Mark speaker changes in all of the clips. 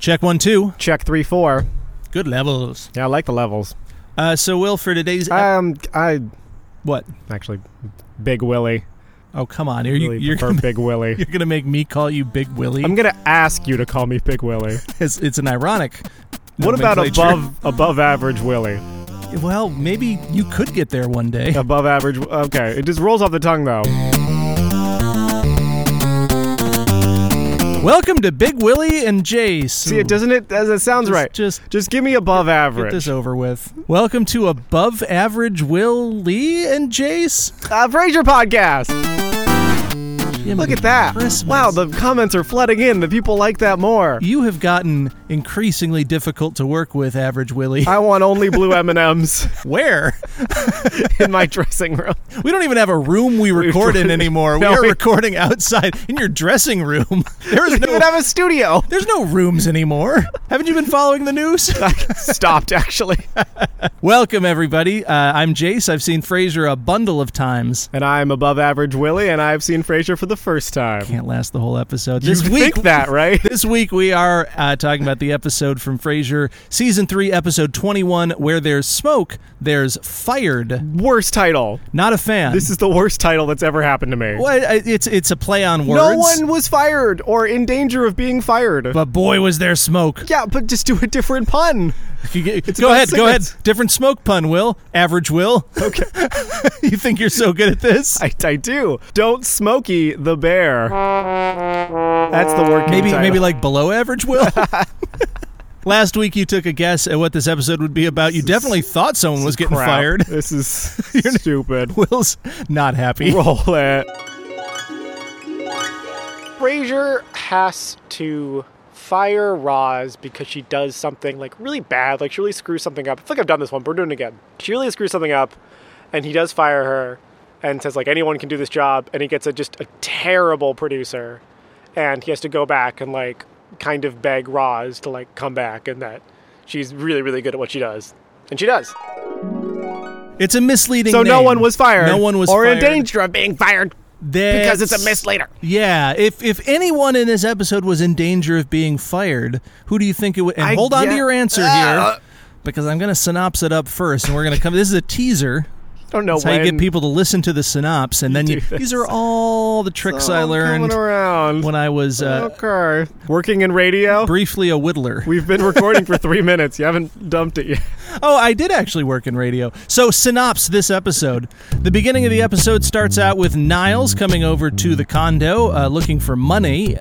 Speaker 1: Check one, two.
Speaker 2: Check three, four.
Speaker 1: Good levels.
Speaker 2: Yeah, I like the levels.
Speaker 1: Uh, so, Will, for today's. ep-
Speaker 2: Um, I
Speaker 1: what?
Speaker 2: actually, Big Willie.
Speaker 1: Oh, come on. Are you,
Speaker 2: Really
Speaker 1: you're
Speaker 2: prefer
Speaker 1: gonna,
Speaker 2: Big Willie.
Speaker 1: you're going to make me call you Big Willie?
Speaker 2: I'm gonna ask you to call me Big Willie.
Speaker 1: it's, it's an ironic.
Speaker 2: What about
Speaker 1: nomenclature.
Speaker 2: above above average Willie?
Speaker 1: Well, maybe you could get there one day.
Speaker 2: Above average. Okay, it just rolls off the tongue though.
Speaker 1: Welcome to Big Willie and Jace.
Speaker 2: See, it doesn't it? As it sounds
Speaker 1: Just-
Speaker 2: right.
Speaker 1: Just
Speaker 2: Just give me above
Speaker 1: get
Speaker 2: average.
Speaker 1: this over with. Welcome to Above Average Will Lee and Jace.
Speaker 2: Uh, Fraser podcast. Look
Speaker 1: Jiminy
Speaker 2: at that.
Speaker 1: Christmas.
Speaker 2: Wow, the comments are flooding in. The people like that more.
Speaker 1: You have gotten increasingly difficult to work with, Average Willie.
Speaker 2: I want only blue M&Ms
Speaker 1: Where?
Speaker 2: in my dressing room.
Speaker 1: We don't even have a room we record in anymore.
Speaker 2: No,
Speaker 1: we are
Speaker 2: we-
Speaker 1: recording outside in your dressing room. There is
Speaker 2: I don't
Speaker 1: no
Speaker 2: even have a studio.
Speaker 1: There's no rooms anymore. Haven't you been following the news?
Speaker 2: I stopped actually.
Speaker 1: Welcome everybody. Uh, I'm Jace. I've seen Frasier a bundle of times.
Speaker 2: And I'm above average Willie and I've seen Frasier for the first time.
Speaker 1: Can't last the whole episode. This
Speaker 2: you
Speaker 1: week
Speaker 2: think that, right?
Speaker 1: This week we are uh, talking about the episode from Frasier, season three, episode twenty-one, where there's smoke, there's fired.
Speaker 2: worst title.
Speaker 1: Not a fan.
Speaker 2: This is the worst title that's ever happened to me.
Speaker 1: well, I- it's it's a play on words.
Speaker 2: No one was fired or in danger of being fired.
Speaker 1: But boy, was there smoke.
Speaker 2: yeah, but just do a different pun.
Speaker 1: You get- go
Speaker 2: about
Speaker 1: ahead, go ahead.
Speaker 2: cigarettes.
Speaker 1: Different smoke pun, Will. Average Will. Okay. you think you're so good at this?
Speaker 2: I, I do. Don't Smokey the Bear. That's the working
Speaker 1: maybe
Speaker 2: title.
Speaker 1: maybe like below average Will. Last week you took a guess at what this episode would be about. You definitely thought someone was getting
Speaker 2: Crap.
Speaker 1: fired.
Speaker 2: This is stupid.
Speaker 1: Will's not happy.
Speaker 2: Roll it. Frasier has to fire Roz because she does something like really bad. Like she really screws something up. I feel like I've done this one, but we're doing it again. She really screws something up, and he does fire her, and says like anyone can do this job, and he gets a just a terrible producer, and he has to go back and like kind of beg Roz to like come back and that she's really really good at what she does, and she does.
Speaker 1: It's a misleading.
Speaker 2: So no
Speaker 1: name.
Speaker 2: one was fired.
Speaker 1: No one was
Speaker 2: or
Speaker 1: fired.
Speaker 2: in danger of being fired because it's a
Speaker 1: That's-
Speaker 2: misleader.
Speaker 1: Yeah, if if anyone in this episode was in danger of being fired, who do you think it would? And
Speaker 2: I
Speaker 1: hold on to
Speaker 2: get-
Speaker 1: your answer
Speaker 2: Ah.
Speaker 1: here, because I'm going to synopse it up first, and we're going to come. This is a teaser.
Speaker 2: I don't know
Speaker 1: That's how you
Speaker 2: when.
Speaker 1: get people to listen to the synopse, and then you,
Speaker 2: do
Speaker 1: these are all the tricks I learned
Speaker 2: Oh, Coming around.
Speaker 1: when I was uh,
Speaker 2: okay. Working in radio.
Speaker 1: briefly a whittler.
Speaker 2: We've been recording for three minutes. You haven't dumped it yet.
Speaker 1: Oh, I did actually work in radio. So, synopsis this episode. The beginning of the episode starts out with Niles coming over to the condo uh, looking for money.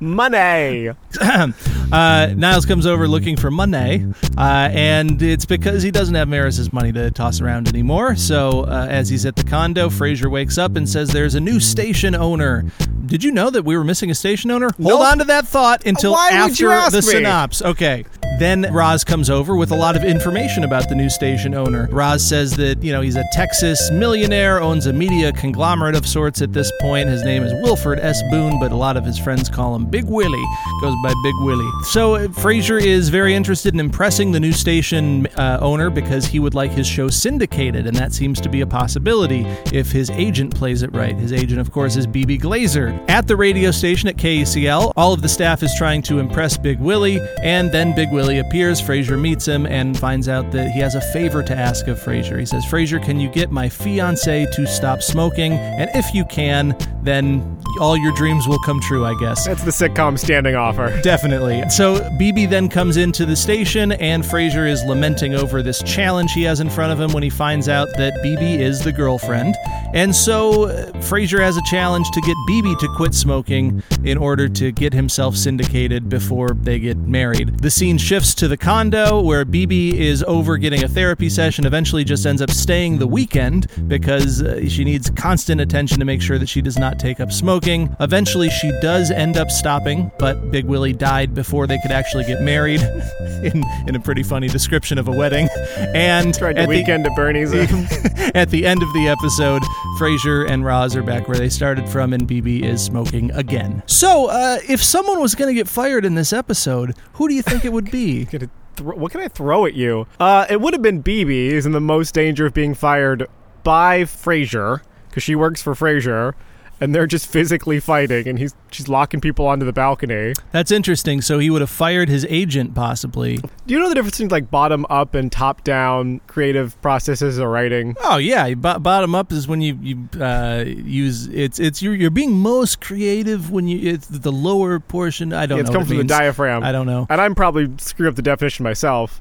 Speaker 2: Money.
Speaker 1: Uh, Niles comes over looking for money, uh, and it's because he doesn't have Maris's money to toss around anymore. So, uh, as he's at the condo, Fraser wakes up and says, "There's a new station owner." Did you know that we were missing a station owner? Hold
Speaker 2: Nope.
Speaker 1: on to that thought until
Speaker 2: Why
Speaker 1: after
Speaker 2: would you ask
Speaker 1: the
Speaker 2: me?
Speaker 1: synopsis. Okay. Then Roz comes over with a lot of information about the new station owner. Roz says that you know he's a Texas millionaire, owns a media conglomerate of sorts at this point. His name is Wilford S. Boone, but a lot of his friends call him Big Willie. Goes by Big Willie. So uh, Frasier is very interested in impressing the new station uh, owner because he would like his show syndicated, and that seems to be a possibility if his agent plays it right. His agent, of course, is BB Glazer. At the radio station at KECL, all of the staff is trying to impress Big Willie, and then Big Willie appears. Frasier meets him and finds out that he has a favor to ask of Frasier. He says, Frasier, can you get my fiance to stop smoking? And if you can, then all your dreams will come true, I guess.
Speaker 2: That's the sitcom standing offer.
Speaker 1: Definitely. So BB then comes into the station, and Frasier is lamenting over this challenge he has in front of him when he finds out that BB is the girlfriend. And so uh, Frasier has a challenge to get BB to quit smoking in order to get himself syndicated before they get married. The scene shifts to the condo where BB is over getting a therapy session, eventually just ends up staying the weekend because uh, she needs constant attention to make sure that she does not take up smoking. Eventually, she does end up stopping, but Big Willie died before they could actually get married in, in a pretty funny description of a wedding. And
Speaker 2: Tried to
Speaker 1: at the-
Speaker 2: weekend at Bernie's.
Speaker 1: at the end of the episode, Frasier and Roz are back where they started from, and BB is smoking again. So, uh, if someone was going to get fired in this episode, who do you think it would be?
Speaker 2: Gonna thro- what can I throw at you? Uh, it would have been BB. Is in the most danger of being fired by Frasier because she works for Frasier. and they're just physically fighting, and he's she's locking people onto the balcony.
Speaker 1: That's interesting. So he would have fired his agent, possibly.
Speaker 2: Do you know the difference between like bottom up and top down creative processes or writing?
Speaker 1: Oh yeah, you bo- bottom up is when you you uh, use it's it's you're, you're being most creative when you it's the lower portion. I don't
Speaker 2: it's
Speaker 1: know.
Speaker 2: come
Speaker 1: what it
Speaker 2: from the
Speaker 1: means.
Speaker 2: diaphragm.
Speaker 1: I don't know.
Speaker 2: and I'm probably screwing up the definition myself.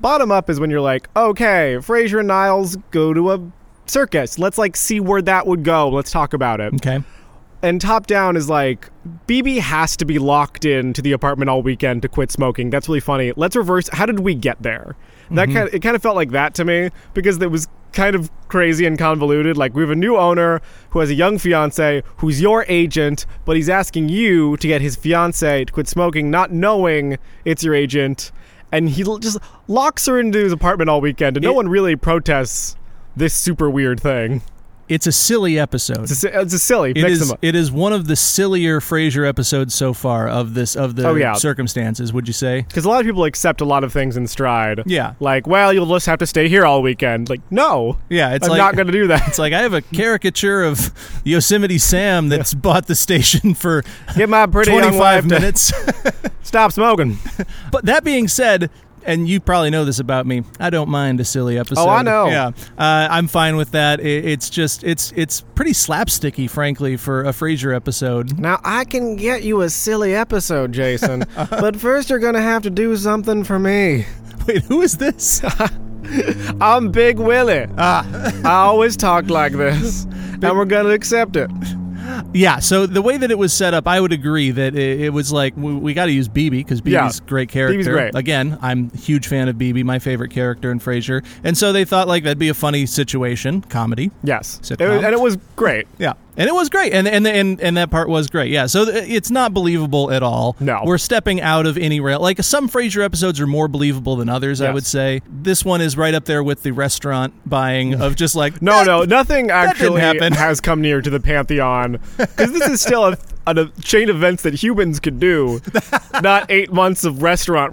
Speaker 2: Bottom up is when you're like, okay, Fraser and Niles go to a circus. Let's like see where that would go. Let's talk about it.
Speaker 1: Okay.
Speaker 2: And top down is like, BB has to be locked in to the apartment all weekend to quit smoking. That's really funny. Let's reverse. How did we get there? That
Speaker 1: Mm-hmm.
Speaker 2: kind of, it kind of felt like that to me because it was kind of crazy and convoluted. Like we have a new owner who has a young fiance who's your agent, but he's asking you to get his fiance to quit smoking, not knowing it's your agent, and he l- just locks her into his apartment all weekend, and no
Speaker 1: It-
Speaker 2: one really protests this super weird thing.
Speaker 1: It's a silly episode.
Speaker 2: It's a, it's a silly.
Speaker 1: It
Speaker 2: mix
Speaker 1: is.
Speaker 2: 'em up.
Speaker 1: It is one of the sillier Frasier episodes so far of this of the
Speaker 2: Oh, yeah.
Speaker 1: circumstances. Would you say?
Speaker 2: Because a lot of people accept a lot of things in stride.
Speaker 1: Yeah.
Speaker 2: Like, well, you'll just have to stay here all weekend. Like, no.
Speaker 1: Yeah. It's
Speaker 2: I'm
Speaker 1: like
Speaker 2: not going to do that.
Speaker 1: it's like I have a caricature of Yosemite Sam that's bought the station for
Speaker 2: Get my pretty young
Speaker 1: 25
Speaker 2: wife to
Speaker 1: minutes.
Speaker 2: stop smoking.
Speaker 1: But that being said, and you probably know this about me, I don't mind a silly episode.
Speaker 2: Oh, I know.
Speaker 1: Yeah, uh, I'm fine with that. It, it's just it's it's pretty slapsticky, frankly, for a Frasier episode.
Speaker 2: Now, I can get you a silly episode, Jason, but first you're going to have to do something for me.
Speaker 1: Wait, who is this?
Speaker 2: I'm Big Willie. I always talk like this, and we're going to accept it.
Speaker 1: yeah. So the way that it was set up, I would agree that it, it was like we, we got to use BB because BB's
Speaker 2: Yeah.
Speaker 1: great character.
Speaker 2: BB's great.
Speaker 1: Again, I'm a huge fan of BB, my favorite character in Frasier, and so they thought like that'd be a funny situation, comedy.
Speaker 2: Yes.
Speaker 1: Sitcom.
Speaker 2: It was- and it was great.
Speaker 1: Yeah, and it was great, and and and and that part was great. Yeah, so th- it's not believable at all.
Speaker 2: No.
Speaker 1: we're stepping out of any rail. Like some Frasier episodes are more believable than others. I
Speaker 2: Yes.
Speaker 1: would say this one is right up there with the restaurant buying of just like
Speaker 2: No, no, nothing
Speaker 1: didn't
Speaker 2: actually
Speaker 1: happen.
Speaker 2: has come near to the pantheon because this is still a, a, chain of events that humans could do, not eight months of restaurant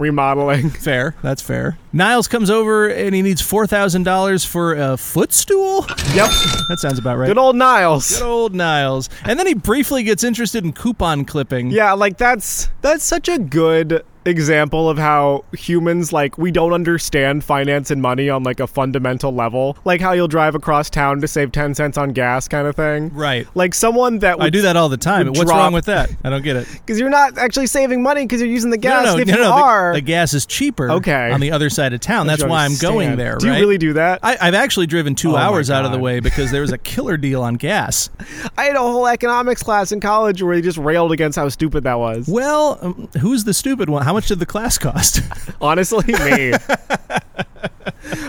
Speaker 2: remodeling.
Speaker 1: Fair, that's fair. Niles comes over and he needs four thousand dollars for a footstool.
Speaker 2: Yep,
Speaker 1: That sounds about right.
Speaker 2: good old Niles.
Speaker 1: Good old Niles, and then he briefly gets interested in coupon clipping.
Speaker 2: Yeah, like that's that's such a good example of how humans like we don't understand finance and money on like a fundamental level, like how you'll drive across town to save ten cents on gas, kind of thing.
Speaker 1: Right.
Speaker 2: Like someone that
Speaker 1: I
Speaker 2: would
Speaker 1: do that all the time. What's
Speaker 2: drop-
Speaker 1: wrong with that? I don't get it.
Speaker 2: because you're not actually saving money because you're using the gas.
Speaker 1: no, no,
Speaker 2: and if
Speaker 1: no,
Speaker 2: you
Speaker 1: no, the-
Speaker 2: are,
Speaker 1: The, gas is cheaper.
Speaker 2: Okay.
Speaker 1: On the other side of town. That's
Speaker 2: you
Speaker 1: why I'm going
Speaker 2: understand.
Speaker 1: there.
Speaker 2: Do
Speaker 1: right?
Speaker 2: you really do that?
Speaker 1: I, I've actually driven two
Speaker 2: my
Speaker 1: hours out of the
Speaker 2: God.
Speaker 1: way because there was a killer deal on gas.
Speaker 2: I had a whole economics class in college where they just railed against how stupid that was.
Speaker 1: Well, um, who's the stupid one? How much did the class cost?
Speaker 2: Honestly, me.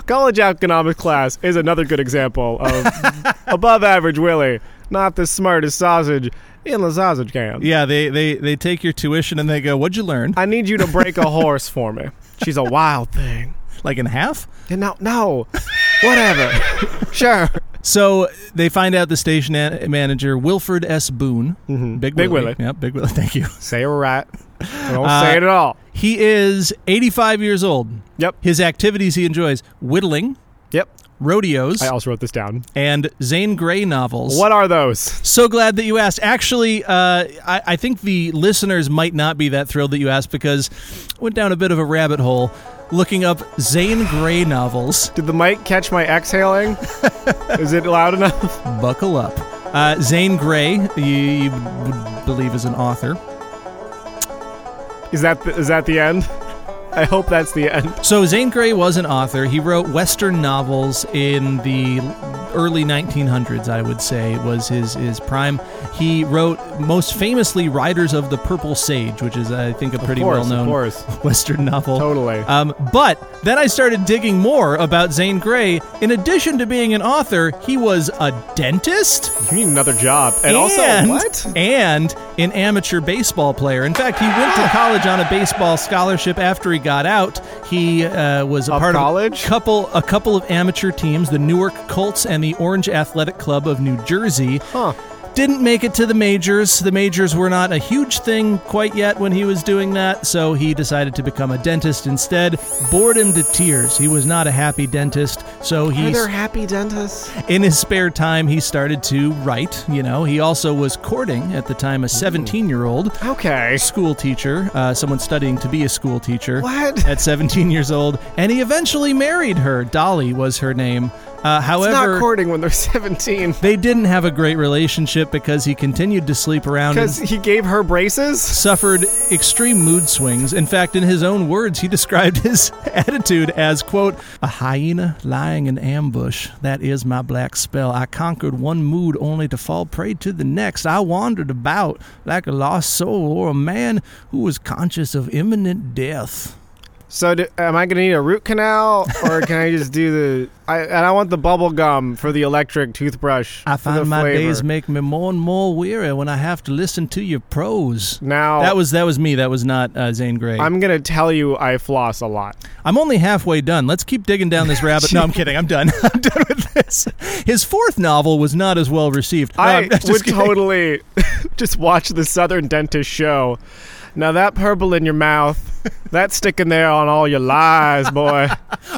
Speaker 2: college economics class is another good example of above average Willie, not the smartest sausage in the sausage can.
Speaker 1: yeah, they, they, they take your tuition and they go, What'd you learn?
Speaker 2: I need you to break a horse for me. She's a wild thing.
Speaker 1: Like in half?
Speaker 2: And no, no, whatever. sure.
Speaker 1: So they find out the station an- manager, Wilford S. Boone. Big,
Speaker 2: Mm-hmm. Big
Speaker 1: Willie.
Speaker 2: Willie.
Speaker 1: Yep, Big Willie. Thank you.
Speaker 2: Say it right. I don't
Speaker 1: Uh,
Speaker 2: say it at all.
Speaker 1: He is 85 years old.
Speaker 2: Yep.
Speaker 1: His activities he enjoys whittling,
Speaker 2: Yep.
Speaker 1: rodeos,
Speaker 2: I also wrote this down.
Speaker 1: and Zane Grey novels.
Speaker 2: What are those?
Speaker 1: So glad that you asked. Actually, uh, I, I think the listeners might not be that thrilled that you asked because I went down a bit of a rabbit hole looking up Zane Grey novels.
Speaker 2: Did the mic catch my exhaling? is it loud enough?
Speaker 1: Buckle up. Uh, Zane Grey, you, you would believe is an author.
Speaker 2: Is that the, is that the end? I hope that's the end.
Speaker 1: So Zane Grey was an author. He wrote Western novels in the early 1900s. I would say was his his prime. He wrote most famously *Riders of the Purple Sage*, which is I think a pretty well
Speaker 2: course,
Speaker 1: known
Speaker 2: Of course,
Speaker 1: Western novel.
Speaker 2: totally.
Speaker 1: Um, but then I started digging more about Zane Grey. In addition to being an author, he was a dentist
Speaker 2: you need another job. And, also,
Speaker 1: and,
Speaker 2: what?
Speaker 1: and an amateur baseball player. In fact, he went to college on a baseball scholarship after he got out. He uh, was a
Speaker 2: Of
Speaker 1: part
Speaker 2: college?
Speaker 1: of a couple a couple of amateur teams, the Newark Colts and the Orange Athletic Club of New Jersey.
Speaker 2: Huh.
Speaker 1: Didn't make it to the majors. The majors were not a huge thing quite yet when he was doing that, so he decided to become a dentist instead. Bored him to tears. He was not a happy dentist, so he
Speaker 2: Are there happy dentists?
Speaker 1: in his spare time, he started to write. You know, he also was courting at the time a 17 year old
Speaker 2: Okay.
Speaker 1: school teacher, uh, someone studying to be a school teacher.
Speaker 2: What?
Speaker 1: At 17 years old, and he eventually married her. Dolly was her name. Uh,
Speaker 2: It's
Speaker 1: however,
Speaker 2: not courting when they're 17.
Speaker 1: they didn't have a great relationship because he continued to sleep around and
Speaker 2: Because he gave her braces?
Speaker 1: suffered extreme mood swings. In fact, in his own words, he described his attitude as, quote, a hyena lying in ambush. That is my black spell. I conquered one mood only to fall prey to the next. I wandered about like a lost soul or a man who was conscious of imminent death.
Speaker 2: So do, am I going to need a root canal or can I just do the I and I want the bubble gum for the electric toothbrush.
Speaker 1: I
Speaker 2: for the
Speaker 1: find my
Speaker 2: flavor.
Speaker 1: days make me more and more weary when I have to listen to your prose.
Speaker 2: Now
Speaker 1: That was that was me. That was not uh, Zane Grey.
Speaker 2: I'm going to tell you I floss a lot.
Speaker 1: I'm only halfway done. Let's keep digging down this rabbit. No, I'm kidding. I'm done. I'm done with this. His fourth novel was not as well received. No,
Speaker 2: I
Speaker 1: I'm just
Speaker 2: would
Speaker 1: kidding.
Speaker 2: totally just watch the Southern Dentist show. Now that purple in your mouth, that's sticking there on all your lies, boy.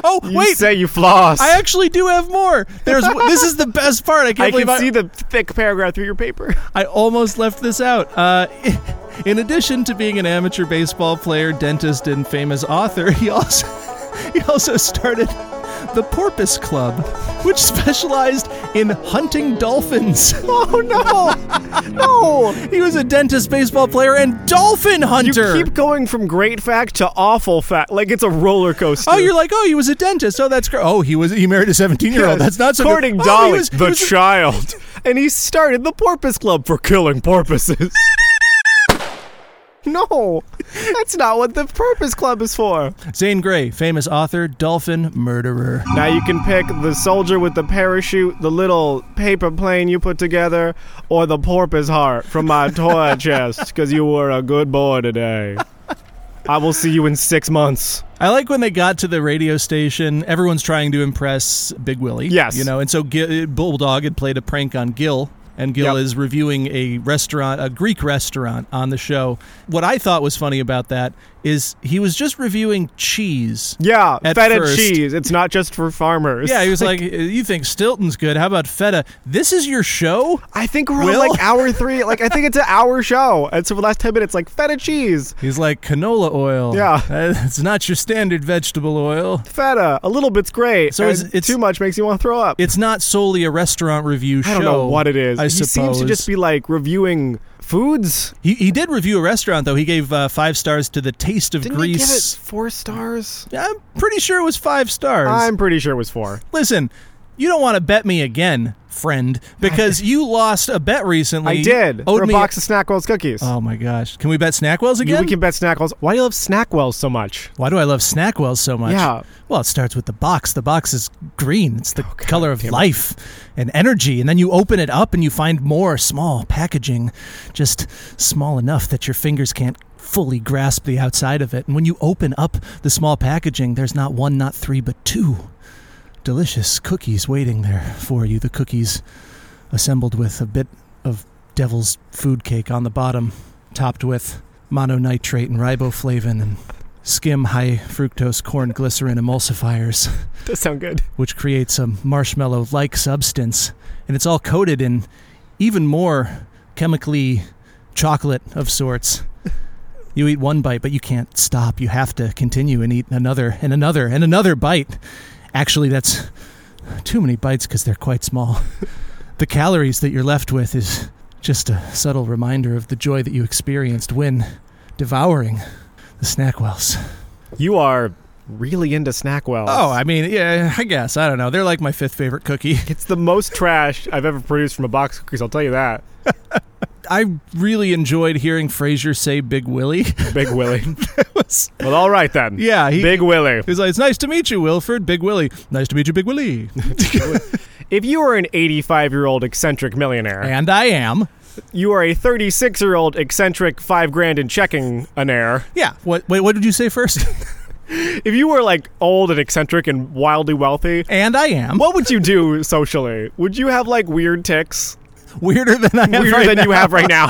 Speaker 1: Oh
Speaker 2: You
Speaker 1: wait,
Speaker 2: say you floss.
Speaker 1: I actually do have more. There's this is the best part. I can't
Speaker 2: I
Speaker 1: believe
Speaker 2: can
Speaker 1: I,
Speaker 2: see the thick paragraph through your paper.
Speaker 1: I almost left this out. Uh, in addition to being an amateur baseball player, dentist, and famous author, he also he also started the Porpoise Club, which specialized in hunting dolphins. Oh no, no! He was a dentist, baseball player, and dolphin
Speaker 2: You
Speaker 1: hunter.
Speaker 2: keep going from great fact to awful fact, like it's a roller coaster.
Speaker 1: Oh, you're like, oh, he was a dentist. Oh, that's great. Oh, he was. He married a 17 year old. That's not so.
Speaker 2: courting
Speaker 1: good. Oh,
Speaker 2: Dolly,
Speaker 1: he was- he
Speaker 2: the
Speaker 1: was a-
Speaker 2: child, and he started the Porpoise Club for killing porpoises. no, that's not what the Porpoise Club is for.
Speaker 1: Zane Grey, famous author, dolphin murderer.
Speaker 2: Now you can pick the soldier with the parachute, the little paper plane you put together, or the porpoise heart from my toy chest, because you were a good boy today. I will see you in six months.
Speaker 1: I like when they got to the radio station. Everyone's trying to impress Big Willie.
Speaker 2: Yes.
Speaker 1: you know, and so Gil, Bulldog had played a prank on Gil, and Gil
Speaker 2: Yep.
Speaker 1: is reviewing a restaurant, a Greek restaurant, on the show. What I thought was funny about that is he was just reviewing cheese.
Speaker 2: Yeah,
Speaker 1: At
Speaker 2: feta
Speaker 1: first.
Speaker 2: cheese. It's not just for farmers.
Speaker 1: Yeah, he was like, "You think Stilton's good? How about feta? This is your show."
Speaker 2: I think we're
Speaker 1: Will?
Speaker 2: on like hour three. Like I think it's an hour show, and so for the last ten minutes, like feta cheese,
Speaker 1: He's like canola oil.
Speaker 2: Yeah.
Speaker 1: Uh, it's not your standard vegetable oil.
Speaker 2: feta. A little bit's great.
Speaker 1: So
Speaker 2: and
Speaker 1: is- it's-
Speaker 2: too much makes you want to throw up.
Speaker 1: It's not solely a restaurant review show.
Speaker 2: I don't know what it is.
Speaker 1: I
Speaker 2: he
Speaker 1: suppose
Speaker 2: seems to just be like reviewing foods.
Speaker 1: He, he did review a restaurant though. He gave uh, five stars to the Taste of
Speaker 2: Didn't he give it
Speaker 1: Greece.
Speaker 2: four stars?
Speaker 1: I'm pretty sure it was five stars.
Speaker 2: I'm pretty sure it was four.
Speaker 1: Listen, you don't want to bet me again, friend, because you lost a bet recently.
Speaker 2: I
Speaker 1: You
Speaker 2: did.
Speaker 1: Owed
Speaker 2: For a
Speaker 1: me
Speaker 2: box of Snackwell's cookies.
Speaker 1: Oh my gosh! Can we bet Snackwells
Speaker 2: You-
Speaker 1: again?
Speaker 2: we can bet Snackwell's. Why do you love Snackwell's so much?
Speaker 1: Why do I love Snackwells so much?
Speaker 2: Yeah.
Speaker 1: Well, it starts with the box. The box is green. It's the color of life and energy. And then you open it up and you find more small packaging, just small enough that your fingers can't fully grasp the outside of it. And when you open up the small packaging, there's not one, not three, but two delicious cookies waiting there for you. The cookies assembled with a bit of devil's food cake on the bottom, topped with mononitrate and riboflavin and skim high fructose corn glycerin emulsifiers,
Speaker 2: Does sound good.
Speaker 1: which creates a marshmallow like substance. And it's all coated in even more chemically chocolate of sorts. You eat one bite, but you can't stop. You have to continue and eat another and another and another bite. Actually, that's too many bites because they're quite small. the calories that you're left with is just a subtle reminder of the joy that you experienced when devouring the snack wells.
Speaker 2: You are really into Snackwell's.
Speaker 1: Oh, I mean, yeah, I guess. I don't know. They're like my fifth favorite cookie.
Speaker 2: it's the most trash I've ever produced from a box of cookies. I'll tell you that.
Speaker 1: I really enjoyed hearing Frasier say Big Willie.
Speaker 2: Big Willie.
Speaker 1: was-
Speaker 2: well, all right then.
Speaker 1: Yeah, he-
Speaker 2: Big Willie.
Speaker 1: He's like, it's nice to meet you, Wilford. Big Willie. Nice to meet you, Big Willie.
Speaker 2: If you are an 85 year old eccentric millionaire,
Speaker 1: and I am.
Speaker 2: you are a 36 year old eccentric five grand in checking an heir.
Speaker 1: Yeah. What? Wait, what did you say first?
Speaker 2: If you were like old and eccentric and wildly wealthy,
Speaker 1: and I am.
Speaker 2: what would you do socially? Would you have like weird ticks?
Speaker 1: weirder than I have
Speaker 2: Weirder
Speaker 1: right
Speaker 2: than
Speaker 1: now.
Speaker 2: you have right now.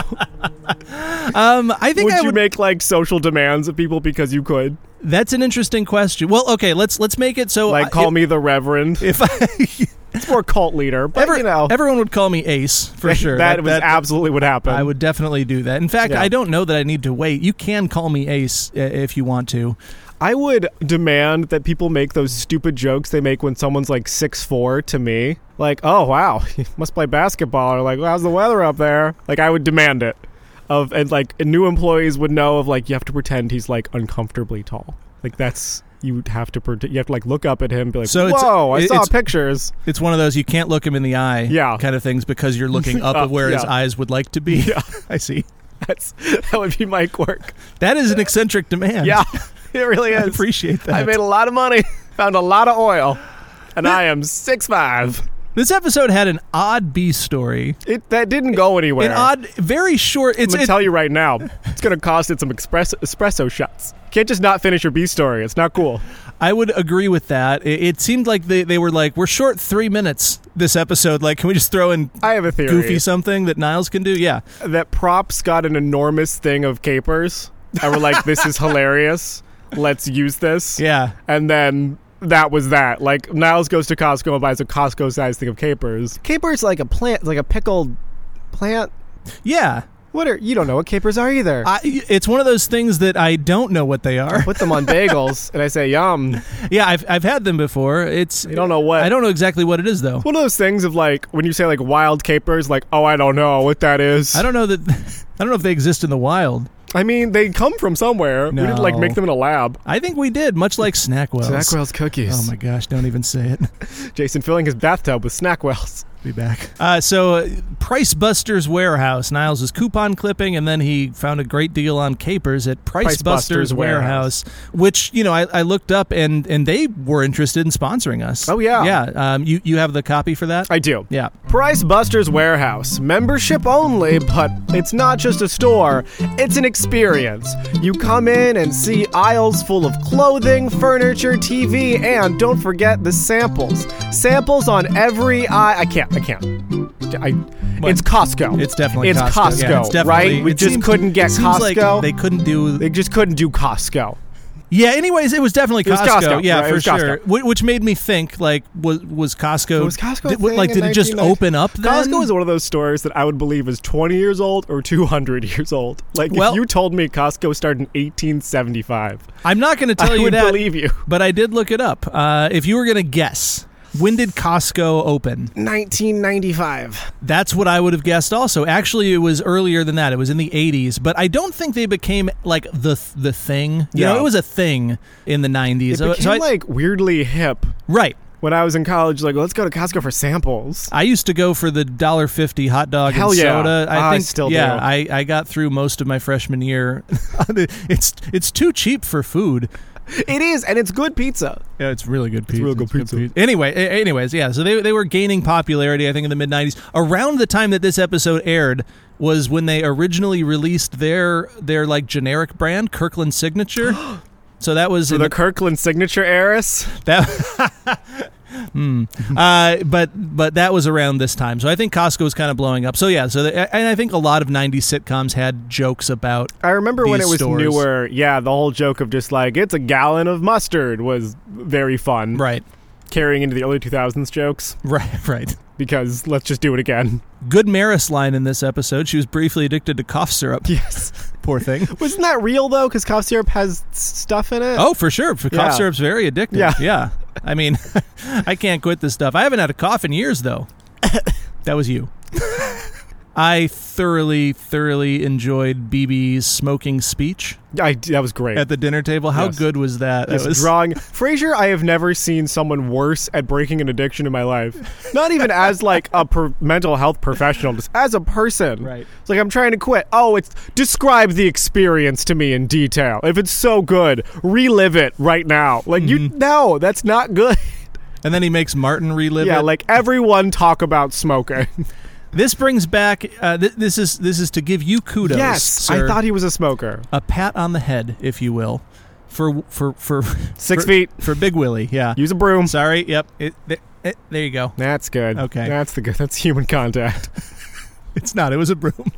Speaker 1: Um, I think
Speaker 2: would
Speaker 1: I
Speaker 2: you
Speaker 1: would.
Speaker 2: make like social demands of people because you could?
Speaker 1: that's an interesting question. Well, okay, let's let's make it so
Speaker 2: Like
Speaker 1: I-
Speaker 2: call me the Reverend.
Speaker 1: if I,
Speaker 2: It's more cult leader, but
Speaker 1: ever-
Speaker 2: you know
Speaker 1: everyone would call me Ace for sure.
Speaker 2: that, was absolutely what happened.
Speaker 1: I would definitely do that. In fact,
Speaker 2: Yeah.
Speaker 1: I don't know that I need to wait. You can call me Ace uh, if you want to.
Speaker 2: I would demand that people make those stupid jokes they make when someone's like six four to me. Like, oh wow, you must play basketball, or like, how's the weather up there? Like, I would demand it. Of and like new employees would know of like you have to pretend he's like uncomfortably tall. Like that's you have to pretend you have to like look up at him, and be like,
Speaker 1: So it's-
Speaker 2: whoa, I
Speaker 1: it-
Speaker 2: saw
Speaker 1: it's-
Speaker 2: pictures.
Speaker 1: It's one of those you can't look him in the eye,
Speaker 2: Yeah.
Speaker 1: kind of things because you're looking up at
Speaker 2: Up,
Speaker 1: where his
Speaker 2: yeah.
Speaker 1: eyes would like to be.
Speaker 2: Yeah.
Speaker 1: I see.
Speaker 2: That's that would be my quirk.
Speaker 1: That is an eccentric demand.
Speaker 2: Yeah, it really
Speaker 1: I
Speaker 2: is.
Speaker 1: appreciate that.
Speaker 2: I made a lot of money, found a lot of oil, and I am six five.
Speaker 1: this episode had an odd B story.
Speaker 2: It that didn't go anywhere.
Speaker 1: An odd, very short. It's
Speaker 2: I'm gonna
Speaker 1: it-
Speaker 2: tell you right now, it's gonna cost it some express, espresso shots. Can't just not finish your B story. It's not cool.
Speaker 1: I would agree with that. It, it seemed like they, they were like, we're short three minutes this episode. Like, can we just throw in
Speaker 2: I have a theory
Speaker 1: goofy something that Niles can do? Yeah.
Speaker 2: that props got an enormous thing of capers, and we're like, "This is hilarious. Let's use this."
Speaker 1: Yeah.
Speaker 2: And then that was that. Like Niles goes to Costco and buys a Costco-sized thing of capers. Capers like a plant, like a pickled plant.
Speaker 1: Yeah.
Speaker 2: What are you don't know what capers are either.
Speaker 1: I, it's one of those things that I don't know what they are.
Speaker 2: Put them on bagels, and I say, "Yum."
Speaker 1: Yeah, I've, I've had them before. It's
Speaker 2: You don't know what.
Speaker 1: I don't know exactly what it is though.
Speaker 2: One of those things of like when you say like wild capers, like oh I don't know what that is.
Speaker 1: I don't know that. I don't know if they exist in the wild.
Speaker 2: I mean, they come from somewhere. We didn't like
Speaker 1: No.
Speaker 2: make them in a lab.
Speaker 1: I think we did, much like Snackwells.
Speaker 2: cookies.
Speaker 1: Oh my gosh! Don't even say it.
Speaker 2: Jason filling his bathtub with Snackwells.
Speaker 1: Be back. Uh, so, uh, Price Buster's Warehouse. Niles was coupon clipping, and then he found a great deal on capers at Price, Buster's,
Speaker 2: Price Buster's
Speaker 1: Warehouse, which you know I, I looked up and and they were interested in sponsoring us.
Speaker 2: Oh, yeah.
Speaker 1: yeah. Um, you you have the copy for that?
Speaker 2: I do.
Speaker 1: yeah.
Speaker 2: Price Buster's Warehouse. Membership only, but it's not just a store, it's an experience. You come in and see aisles full of clothing, furniture, TV, and don't forget the samples. Samples on every aisle. I can't, I can't. I, it's Costco.
Speaker 1: It's definitely
Speaker 2: it's Costco,
Speaker 1: Yeah, it's definitely-
Speaker 2: right? We
Speaker 1: it
Speaker 2: just
Speaker 1: seems-
Speaker 2: couldn't get
Speaker 1: it seems like
Speaker 2: Costco.
Speaker 1: they couldn't do
Speaker 2: they just couldn't do Costco.
Speaker 1: Yeah. Anyways, it was definitely
Speaker 2: was
Speaker 1: Costco.
Speaker 2: Costco,
Speaker 1: Yeah,
Speaker 2: right, it
Speaker 1: for
Speaker 2: was
Speaker 1: sure.
Speaker 2: Costco.
Speaker 1: Whi- Which made me think, like, was was Costco?
Speaker 2: Was Costco a
Speaker 1: did- what-
Speaker 2: thing
Speaker 1: like,
Speaker 2: in
Speaker 1: did it just
Speaker 2: 1990?
Speaker 1: open up? Then?
Speaker 2: Costco is one of those stores that I would believe is 20 years old or 200 years old. Like,
Speaker 1: Well-
Speaker 2: if you told me Costco started in 1875,
Speaker 1: I'm not going to tell
Speaker 2: I
Speaker 1: you
Speaker 2: would
Speaker 1: that,
Speaker 2: believe you.
Speaker 1: but I did look it up. Uh, if you were going to guess, when did Costco open?
Speaker 2: 1995.
Speaker 1: That's what I would have guessed. Also, actually, it was earlier than that. It was in the 80s, but I don't think they became like the the thing. You know,
Speaker 2: Yeah.
Speaker 1: it was a thing in the 90s.
Speaker 2: It
Speaker 1: So- so
Speaker 2: became,
Speaker 1: I-
Speaker 2: like, weirdly hip
Speaker 1: right.
Speaker 2: when I was in college. Like, let's go to Costco for samples.
Speaker 1: I used to go for the dollar fifty hot dog
Speaker 2: Hell
Speaker 1: and
Speaker 2: yeah.
Speaker 1: soda.
Speaker 2: Ah, I
Speaker 1: think
Speaker 2: still
Speaker 1: yeah.
Speaker 2: do.
Speaker 1: I, I got through most of my freshman year. it's it's too cheap for food.
Speaker 2: It is, and it's good pizza.
Speaker 1: Yeah, it's really good pizza.
Speaker 2: real good pizza.
Speaker 1: Anyway, a- anyways, yeah. So they they were gaining popularity. I think in the mid '90s, around the time that this episode aired, was when they originally released their their like generic brand, Kirkland Signature. So that was
Speaker 2: For
Speaker 1: in
Speaker 2: the Kirkland signature heiress.
Speaker 1: That. Hmm. Uh, but but that was around this time, so I think Costco was kind of blowing up. So yeah, so the, and I think a lot of '90s sitcoms had jokes about.
Speaker 2: I remember when it
Speaker 1: These
Speaker 2: was
Speaker 1: stores.
Speaker 2: newer. Yeah, the whole joke of just like, it's a gallon of mustard was very fun.
Speaker 1: Right,
Speaker 2: Carrying into the early 2000s jokes
Speaker 1: right, right.
Speaker 2: because let's just do it again.
Speaker 1: Good Maris line in this episode. She was briefly addicted to cough syrup.
Speaker 2: Yes.
Speaker 1: Poor thing.
Speaker 2: Wasn't that real though? Because cough syrup has s- stuff in it.
Speaker 1: Oh, for sure. For
Speaker 2: Yeah.
Speaker 1: Cough syrup's very addictive.
Speaker 2: Yeah.
Speaker 1: yeah. I mean, I can't quit this stuff. I haven't had a cough in years, though. that was you. I thoroughly, thoroughly enjoyed BB's smoking speech.
Speaker 2: I, that was great.
Speaker 1: at the dinner table. How
Speaker 2: Yes.
Speaker 1: good was that?
Speaker 2: Just
Speaker 1: that was,
Speaker 2: drawing Frasier. I have never seen someone worse at breaking an addiction in my life. Not even as like a per- mental health professional, just as a person.
Speaker 1: Right.
Speaker 2: It's like I'm trying to quit. Oh, it's describe the experience to me in detail. If it's so good, relive it right now. Like you,
Speaker 1: Mm-hmm.
Speaker 2: no, that's not good.
Speaker 1: and then he makes Martin relive
Speaker 2: yeah,
Speaker 1: it.
Speaker 2: like everyone talk about smoking.
Speaker 1: this brings back. Uh, th- this is this is to give you kudos.
Speaker 2: yes,
Speaker 1: sir.
Speaker 2: I thought he was a smoker.
Speaker 1: a pat on the head, if you will, for for for
Speaker 2: Six
Speaker 1: for-
Speaker 2: feet.
Speaker 1: for Big Willie. Yeah.
Speaker 2: Use a broom.
Speaker 1: Sorry. Yep. It, th- it- there you go.
Speaker 2: That's good.
Speaker 1: Okay.
Speaker 2: That's the good. That's human contact.
Speaker 1: It's not. It was a broom.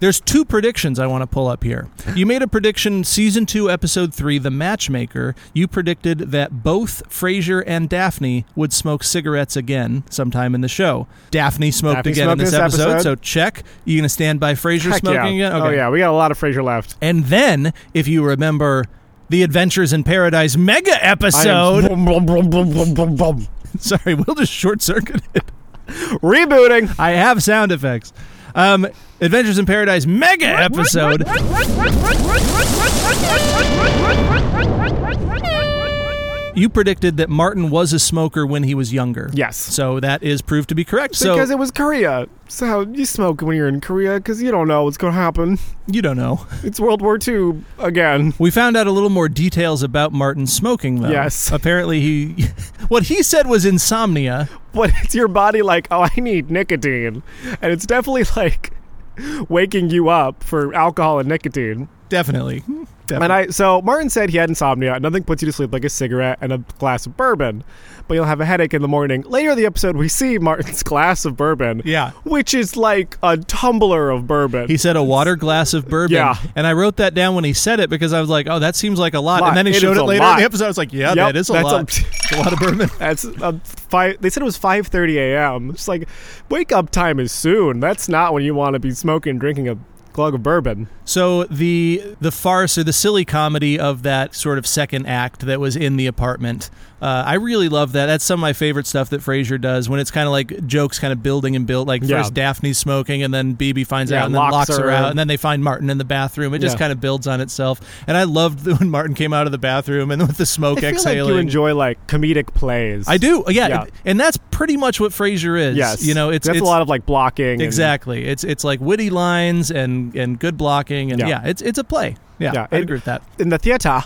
Speaker 1: There's two predictions I want to pull up here. You made a prediction season 2 episode 3 The Matchmaker. You predicted that both Frasier and Daphne would smoke cigarettes again sometime in the show. Daphne smoked
Speaker 2: Daphne
Speaker 1: again
Speaker 2: smoked
Speaker 1: in this,
Speaker 2: this
Speaker 1: episode,
Speaker 2: episode.
Speaker 1: so check. You going to stand by Frasier
Speaker 2: Heck
Speaker 1: smoking
Speaker 2: yeah.
Speaker 1: again? Okay.
Speaker 2: Oh yeah, we got a lot of Frasier left.
Speaker 1: And then, if you remember the Adventures in Paradise mega episode,
Speaker 2: Boom, boom, boom, boom, boom, boom, boom.
Speaker 1: sorry, we'll just short circuit it.
Speaker 2: Rebooting.
Speaker 1: I have sound effects. Um, Adventures in Paradise mega episode. You predicted that Martin was a smoker when he was younger.
Speaker 2: Yes.
Speaker 1: So that is proved to be correct. So
Speaker 2: because it was Korea. So you smoke when you're in Korea because you don't know what's going to happen.
Speaker 1: you don't know.
Speaker 2: It's World War II again.
Speaker 1: We found out a little more details about Martin smoking though.
Speaker 2: Yes.
Speaker 1: Apparently he what he said was insomnia.
Speaker 2: But it's your body like, oh, I need nicotine. And it's definitely like waking you up for alcohol and nicotine.
Speaker 1: Definitely. Definitely.
Speaker 2: And I so Martin said he had insomnia. Nothing puts you to sleep like a cigarette and a glass of bourbon, but you'll have a headache in the morning. Later in the episode, we see Martin's glass of bourbon.
Speaker 1: Yeah.
Speaker 2: which is like a tumbler of bourbon.
Speaker 1: He said a water glass of bourbon.
Speaker 2: Yeah.
Speaker 1: And I wrote that down when he said it because I was like, oh, that seems like a lot.
Speaker 2: Lot.
Speaker 1: And then he
Speaker 2: It
Speaker 1: showed
Speaker 2: is
Speaker 1: it
Speaker 2: a
Speaker 1: later in
Speaker 2: lot.
Speaker 1: the episode. I was like, yeah,
Speaker 2: Yep,
Speaker 1: that is a
Speaker 2: that's a-
Speaker 1: lot. It's a lot of bourbon.
Speaker 2: That's a five. They said it was five thirty a.m. It's like wake up time is soon. That's not when you want to be smoking, drinking a glug of bourbon.
Speaker 1: So the the farce or the silly comedy of that sort of second act that was in the apartment, uh, I really love that. That's some of my favorite stuff that Frasier does when it's kind of like jokes kind of building and built. Like
Speaker 2: Yeah.
Speaker 1: first Daphne's smoking and then BB finds
Speaker 2: Yeah,
Speaker 1: out and then
Speaker 2: locks
Speaker 1: locks her,
Speaker 2: her
Speaker 1: out
Speaker 2: in.
Speaker 1: and then they find Martin in the bathroom. It just
Speaker 2: Yeah.
Speaker 1: kind of builds on itself. And I loved when Martin came out of the bathroom and with the smoke
Speaker 2: I feel like
Speaker 1: exhaling.
Speaker 2: you enjoy like comedic plays.
Speaker 1: I do, Oh, yeah,
Speaker 2: Yeah.
Speaker 1: and that's pretty much what Frasier is.
Speaker 2: Yes,
Speaker 1: you know, it's
Speaker 2: that's
Speaker 1: it's,
Speaker 2: a lot of like blocking. and-
Speaker 1: Exactly. It's it's like witty lines and and good blocking and yeah,
Speaker 2: Yeah.
Speaker 1: it's it's a play. Yeah,
Speaker 2: Yeah,
Speaker 1: I
Speaker 2: it-
Speaker 1: agree with that.
Speaker 2: in the theater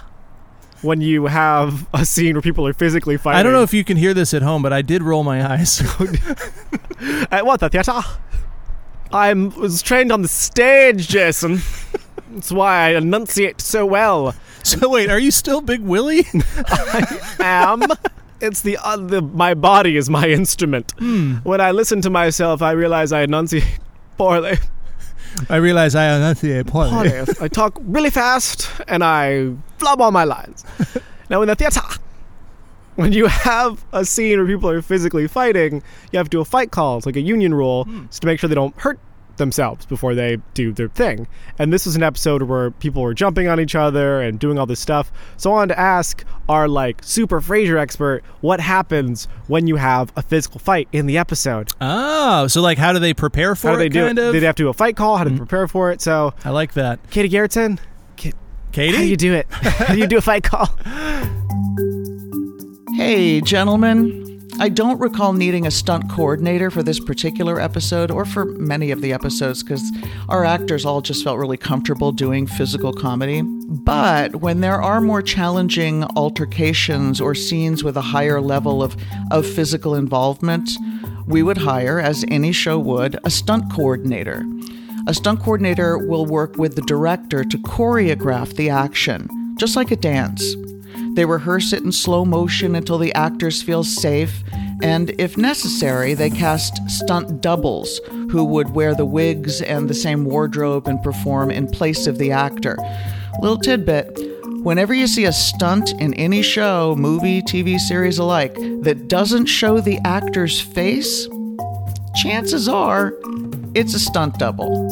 Speaker 2: when you have a scene where people are physically fighting.
Speaker 1: I don't know if you can hear this at home, but I did roll my eyes.
Speaker 2: At what, the theater? I was trained on the stage, Jason. That's why I enunciate so well.
Speaker 1: so wait, are you still Big Willie?
Speaker 2: Am. It's the, uh, the my body is my instrument. When I listen to myself, I realize I enunciate poorly.
Speaker 1: I realize I am not the
Speaker 2: Poorly.
Speaker 1: point.
Speaker 2: I talk really fast and I flub all my lines. now in the theater, when you have a scene where people are physically fighting, you have to do a fight call. It's like a union rule,
Speaker 1: Hmm.
Speaker 2: just to make sure they don't hurt themselves before they do their thing. And this was an episode where people were jumping on each other and doing all this stuff. So I wanted to ask our like super Frasier expert, what happens when you have a physical fight in the episode?
Speaker 1: Oh, so like, how do they prepare for
Speaker 2: How do
Speaker 1: it?
Speaker 2: they do
Speaker 1: kind
Speaker 2: it?
Speaker 1: of. Hmm.
Speaker 2: Did they have to do a fight call? How do they prepare for it? So
Speaker 1: I like that,
Speaker 2: Katie Garrettson, Ka-
Speaker 1: Katie.
Speaker 2: how do you do it? How do you do a fight call?
Speaker 3: Hey, gentlemen. I don't recall needing a stunt coordinator for this particular episode or for many of the episodes because our actors all just felt really comfortable doing physical comedy. But when there are more challenging altercations or scenes with a higher level of, of physical involvement, we would hire, as any show would, a stunt coordinator. A stunt coordinator will work with the director to choreograph the action, just like a dance. They rehearse it in slow motion until the actors feel safe, and if necessary, they cast stunt doubles who would wear the wigs and the same wardrobe and perform in place of the actor. Little tidbit whenever you see a stunt in any show, movie, TV series alike, that doesn't show the actor's face, chances are it's a stunt double.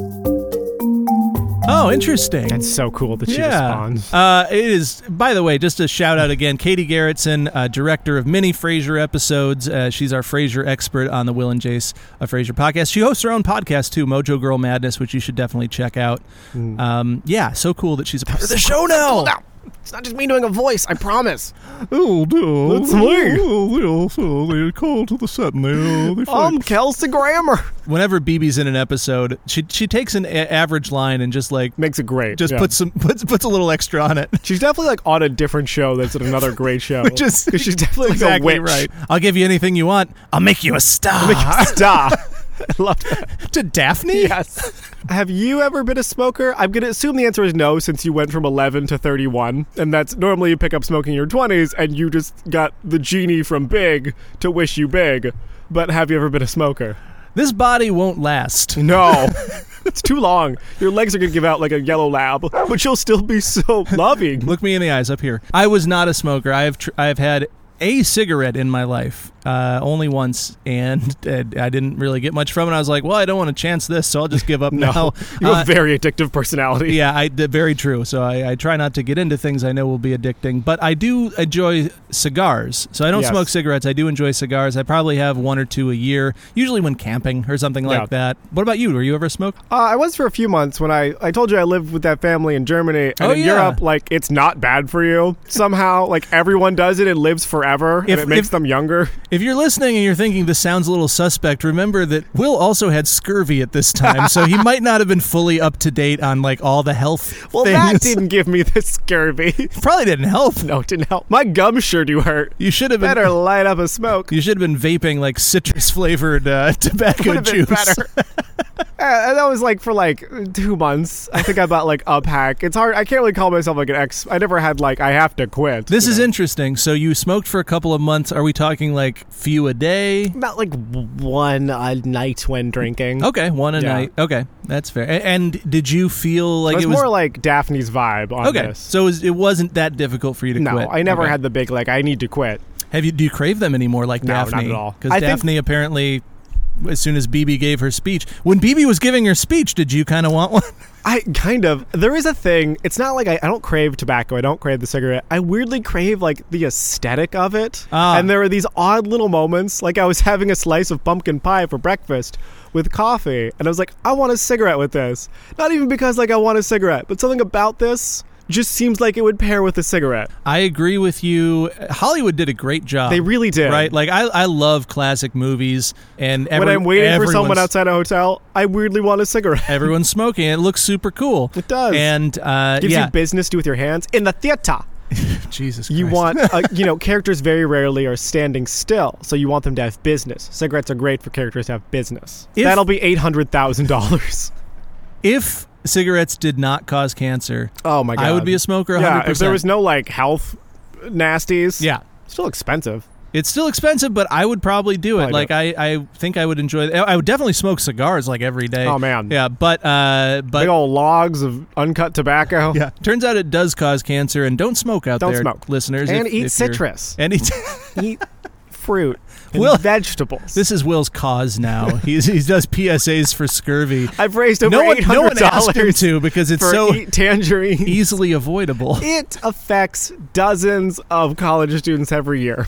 Speaker 1: oh, interesting.
Speaker 2: It's so cool that she responds.
Speaker 1: Uh, it is. By the way, just a shout out again, Katie Garrettson, uh, director of many Frasier episodes. Uh, she's our Frasier expert on the Will and Jace uh, Frasier podcast. She hosts her own podcast too, Mojo Girl Madness, which you should definitely check out. Um, yeah, so cool that she's a part of the show now.
Speaker 2: No, Uh, it's not just me doing a voice. I promise.
Speaker 1: Oh no,
Speaker 2: That's me.
Speaker 1: they call to the set and they,
Speaker 2: I'm Kelsey Grammer.
Speaker 1: Whenever BB's in an episode, she she takes an a- average line and just like
Speaker 2: Makes it great.
Speaker 1: just
Speaker 2: yeah.
Speaker 1: puts some puts puts a little extra on it.
Speaker 2: She's definitely like on a different show. That's at another great show. Which
Speaker 1: is-
Speaker 2: she's definitely like,
Speaker 1: exactly
Speaker 2: a witch.
Speaker 1: right. I'll give you anything you want. I'll make you a star.
Speaker 2: Stop. I love that.
Speaker 1: to Daphne?
Speaker 2: Yes. Have you ever been a smoker? I'm gonna assume the answer is no, since you went from 11 to 31, and that's normally you pick up smoking in your 20s, and you just got the genie from big to wish you big. But have you ever been a smoker?
Speaker 1: This body won't last.
Speaker 2: No. it's too long. Your legs are going to give out like a yellow lab, but you'll still be so loving.
Speaker 1: Look me in the eyes up here. I was not a smoker. I have tr- I have had a cigarette in my life, uh, only once, and, and I didn't really get much from it. I was like, well, I don't want to chance this, so I'll just give up now.
Speaker 2: You have
Speaker 1: Uh,
Speaker 2: a very addictive personality.
Speaker 1: yeah, I, th- very true. So I, I try not to get into things I know will be addicting, but I do enjoy cigars. So I don't
Speaker 2: Yes.
Speaker 1: smoke cigarettes. I do enjoy cigars. I probably have one or two a year, usually when camping or something like
Speaker 2: Yeah.
Speaker 1: that. What about you? Were you ever a smoker?
Speaker 2: Uh, I was for a few months when I, I told you I lived with that family in Germany. And
Speaker 1: Oh,
Speaker 2: in
Speaker 1: yeah.
Speaker 2: Europe, like, it's not bad for you. Somehow, like, everyone does it and lives forever,
Speaker 1: If-
Speaker 2: and it makes
Speaker 1: if-
Speaker 2: them younger.
Speaker 1: If you're listening and you're thinking this sounds a little suspect, remember that Will also had scurvy at this time, so he might not have been fully up to date on like all the health
Speaker 2: Well,
Speaker 1: things.
Speaker 2: that didn't give me the scurvy.
Speaker 1: Probably didn't help.
Speaker 2: no, it didn't help. My gums sure do hurt.
Speaker 1: You should have been
Speaker 2: Better light up a smoke.
Speaker 1: You should have been vaping like citrus flavored uh, tobacco
Speaker 2: Would have been
Speaker 1: juice.
Speaker 2: better. Uh, that was like for like two months. I think I bought like a pack. It's hard. I can't really call myself like an ex. I never had like I have to quit.
Speaker 1: This is interesting. So you smoked for a couple of months. Are we talking like few a day?
Speaker 4: Not like w- one a night when drinking.
Speaker 1: Okay, one a
Speaker 2: Yeah.
Speaker 1: night. Okay, that's fair. A- And did you feel like
Speaker 2: it was,
Speaker 1: it was
Speaker 2: more like Daphne's vibe on
Speaker 1: okay?
Speaker 2: this.
Speaker 1: So it, was, it wasn't that difficult for you to
Speaker 2: no,
Speaker 1: quit.
Speaker 2: I never
Speaker 1: Okay.
Speaker 2: had the big like I need to quit.
Speaker 1: Have you do you crave them anymore like
Speaker 2: No, not
Speaker 1: Daphne?
Speaker 2: at all. I
Speaker 1: Because
Speaker 2: think-
Speaker 1: Daphne apparently as soon as BB gave her speech, when BB was giving her speech, did you kind of want one?
Speaker 2: I kind of there is a thing. It's not like I, I don't crave tobacco. I don't crave the cigarette. I weirdly crave like the aesthetic of it.
Speaker 1: Ah.
Speaker 2: And there are these odd little moments. Like I was having a slice of pumpkin pie for breakfast with coffee, and I was like, I want a cigarette with this. Not even because like I want a cigarette, but something about this just seems like it would pair with a cigarette.
Speaker 1: I agree with you. Hollywood did a great job.
Speaker 2: They really did.
Speaker 1: Right? Like I, I love classic movies and every,
Speaker 2: when I'm waiting for someone
Speaker 1: everyone's-
Speaker 2: outside a hotel, I weirdly want a cigarette.
Speaker 1: Everyone's smoking. It looks super cool.
Speaker 2: It does.
Speaker 1: And uh,
Speaker 2: Gives
Speaker 1: yeah,
Speaker 2: you business to do with your hands in the theater.
Speaker 1: Jesus.
Speaker 2: You
Speaker 1: Christ.
Speaker 2: want, uh, you know, characters very rarely are standing still, so you want them to have business. Cigarettes are great for characters to have business.
Speaker 1: If-
Speaker 2: That'll be eight hundred thousand dollars.
Speaker 1: if cigarettes did not cause cancer,
Speaker 2: Oh my
Speaker 1: I would be a smoker. 100%.
Speaker 2: yeah. If there was no like health nasties,
Speaker 1: yeah.
Speaker 2: still expensive.
Speaker 1: It's still expensive, but I would probably do it.
Speaker 2: Probably
Speaker 1: like
Speaker 2: do
Speaker 1: I, I think I would enjoy. It. I would definitely smoke cigars like every day.
Speaker 2: Oh, man.
Speaker 1: yeah. But uh,
Speaker 2: Big
Speaker 1: but
Speaker 2: old logs of uncut tobacco.
Speaker 1: yeah, turns out it does cause cancer, and don't smoke out
Speaker 2: Don't
Speaker 1: there,
Speaker 2: smoke.
Speaker 1: listeners,
Speaker 2: and
Speaker 1: if-
Speaker 2: eat
Speaker 1: if you're-
Speaker 2: citrus.
Speaker 1: And eat.
Speaker 2: eat fruit. And
Speaker 1: Will-
Speaker 2: vegetables.
Speaker 1: this is Will's cause now. He's he does PSAs for scurvy.
Speaker 2: I've raised over
Speaker 1: No one,
Speaker 2: eight
Speaker 1: no
Speaker 2: hundred
Speaker 1: one asked him
Speaker 2: dollars
Speaker 1: to because it's
Speaker 2: for
Speaker 1: so
Speaker 2: eat tangerine.
Speaker 1: easily avoidable
Speaker 2: It affects dozens of college students every year.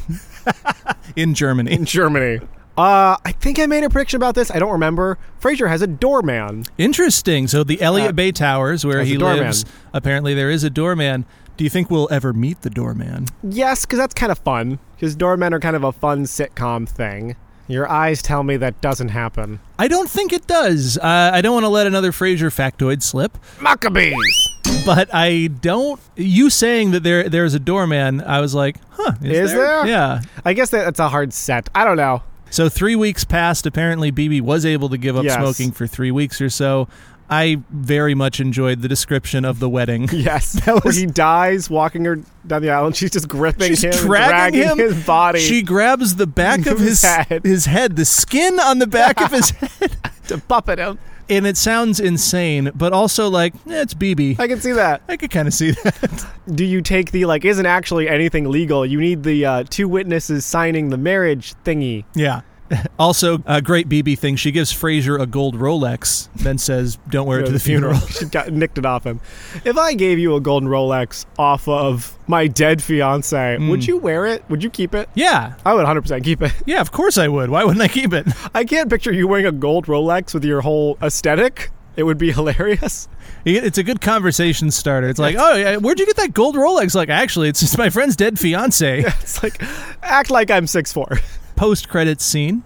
Speaker 1: in Germany.
Speaker 2: in Germany. Uh, I think I made a prediction about this. I don't remember. Fraser has a doorman.
Speaker 1: Interesting. So the Elliott
Speaker 2: Uh,
Speaker 1: Bay Towers, where
Speaker 2: there's a
Speaker 1: he
Speaker 2: doorman.
Speaker 1: lives, apparently there is a doorman. Do you think we'll ever meet the doorman?
Speaker 2: Yes, because that's kind of fun. Because doormen are kind of a fun sitcom thing. Your eyes tell me that doesn't happen.
Speaker 1: I don't think it does. Uh, I don't want to let another Frasier factoid slip,
Speaker 2: Maccabees
Speaker 1: but I don't. You saying that there there is a doorman, I was like, huh?
Speaker 2: Is there?
Speaker 1: Yeah.
Speaker 2: I guess that, that's a hard set. I don't know.
Speaker 1: So three weeks passed. Apparently, BB was able to give up
Speaker 2: Yes.
Speaker 1: smoking for three weeks or so. I very much enjoyed the description of the wedding.
Speaker 2: Yes, where he dies walking her down the aisle, and she's just gripping
Speaker 1: She's
Speaker 2: him, and
Speaker 1: dragging
Speaker 2: dragging
Speaker 1: him.
Speaker 2: his body
Speaker 1: She grabs the back of his
Speaker 2: His head.
Speaker 1: his head, the skin on the back of his head.
Speaker 2: to puppet him.
Speaker 1: and it sounds insane, but also like eh, it's BB.
Speaker 2: I can see that.
Speaker 1: I could kind of see that.
Speaker 2: do you take the like isn't actually anything legal you need the uh, two witnesses signing the marriage thingy
Speaker 1: yeah. Also, a great BB thing. She gives Frasier a gold Rolex, then says, "Don't wear it to the funeral."
Speaker 2: she got nicked it off him if i gave you a golden rolex off of my dead fiance
Speaker 1: Hmm.
Speaker 2: would you wear it would you keep it
Speaker 1: yeah,
Speaker 2: i would 100% keep it
Speaker 1: yeah. Of course I would. Why wouldn't I keep it?
Speaker 2: i can't picture you wearing a gold rolex with your whole aesthetic it would be hilarious
Speaker 1: It's a good conversation starter. It's like, oh, yeah, where'd you get that gold Rolex? Like, actually, it's just my friend's dead fiance.
Speaker 2: it's like act like i'm 6'4
Speaker 1: Post credits scene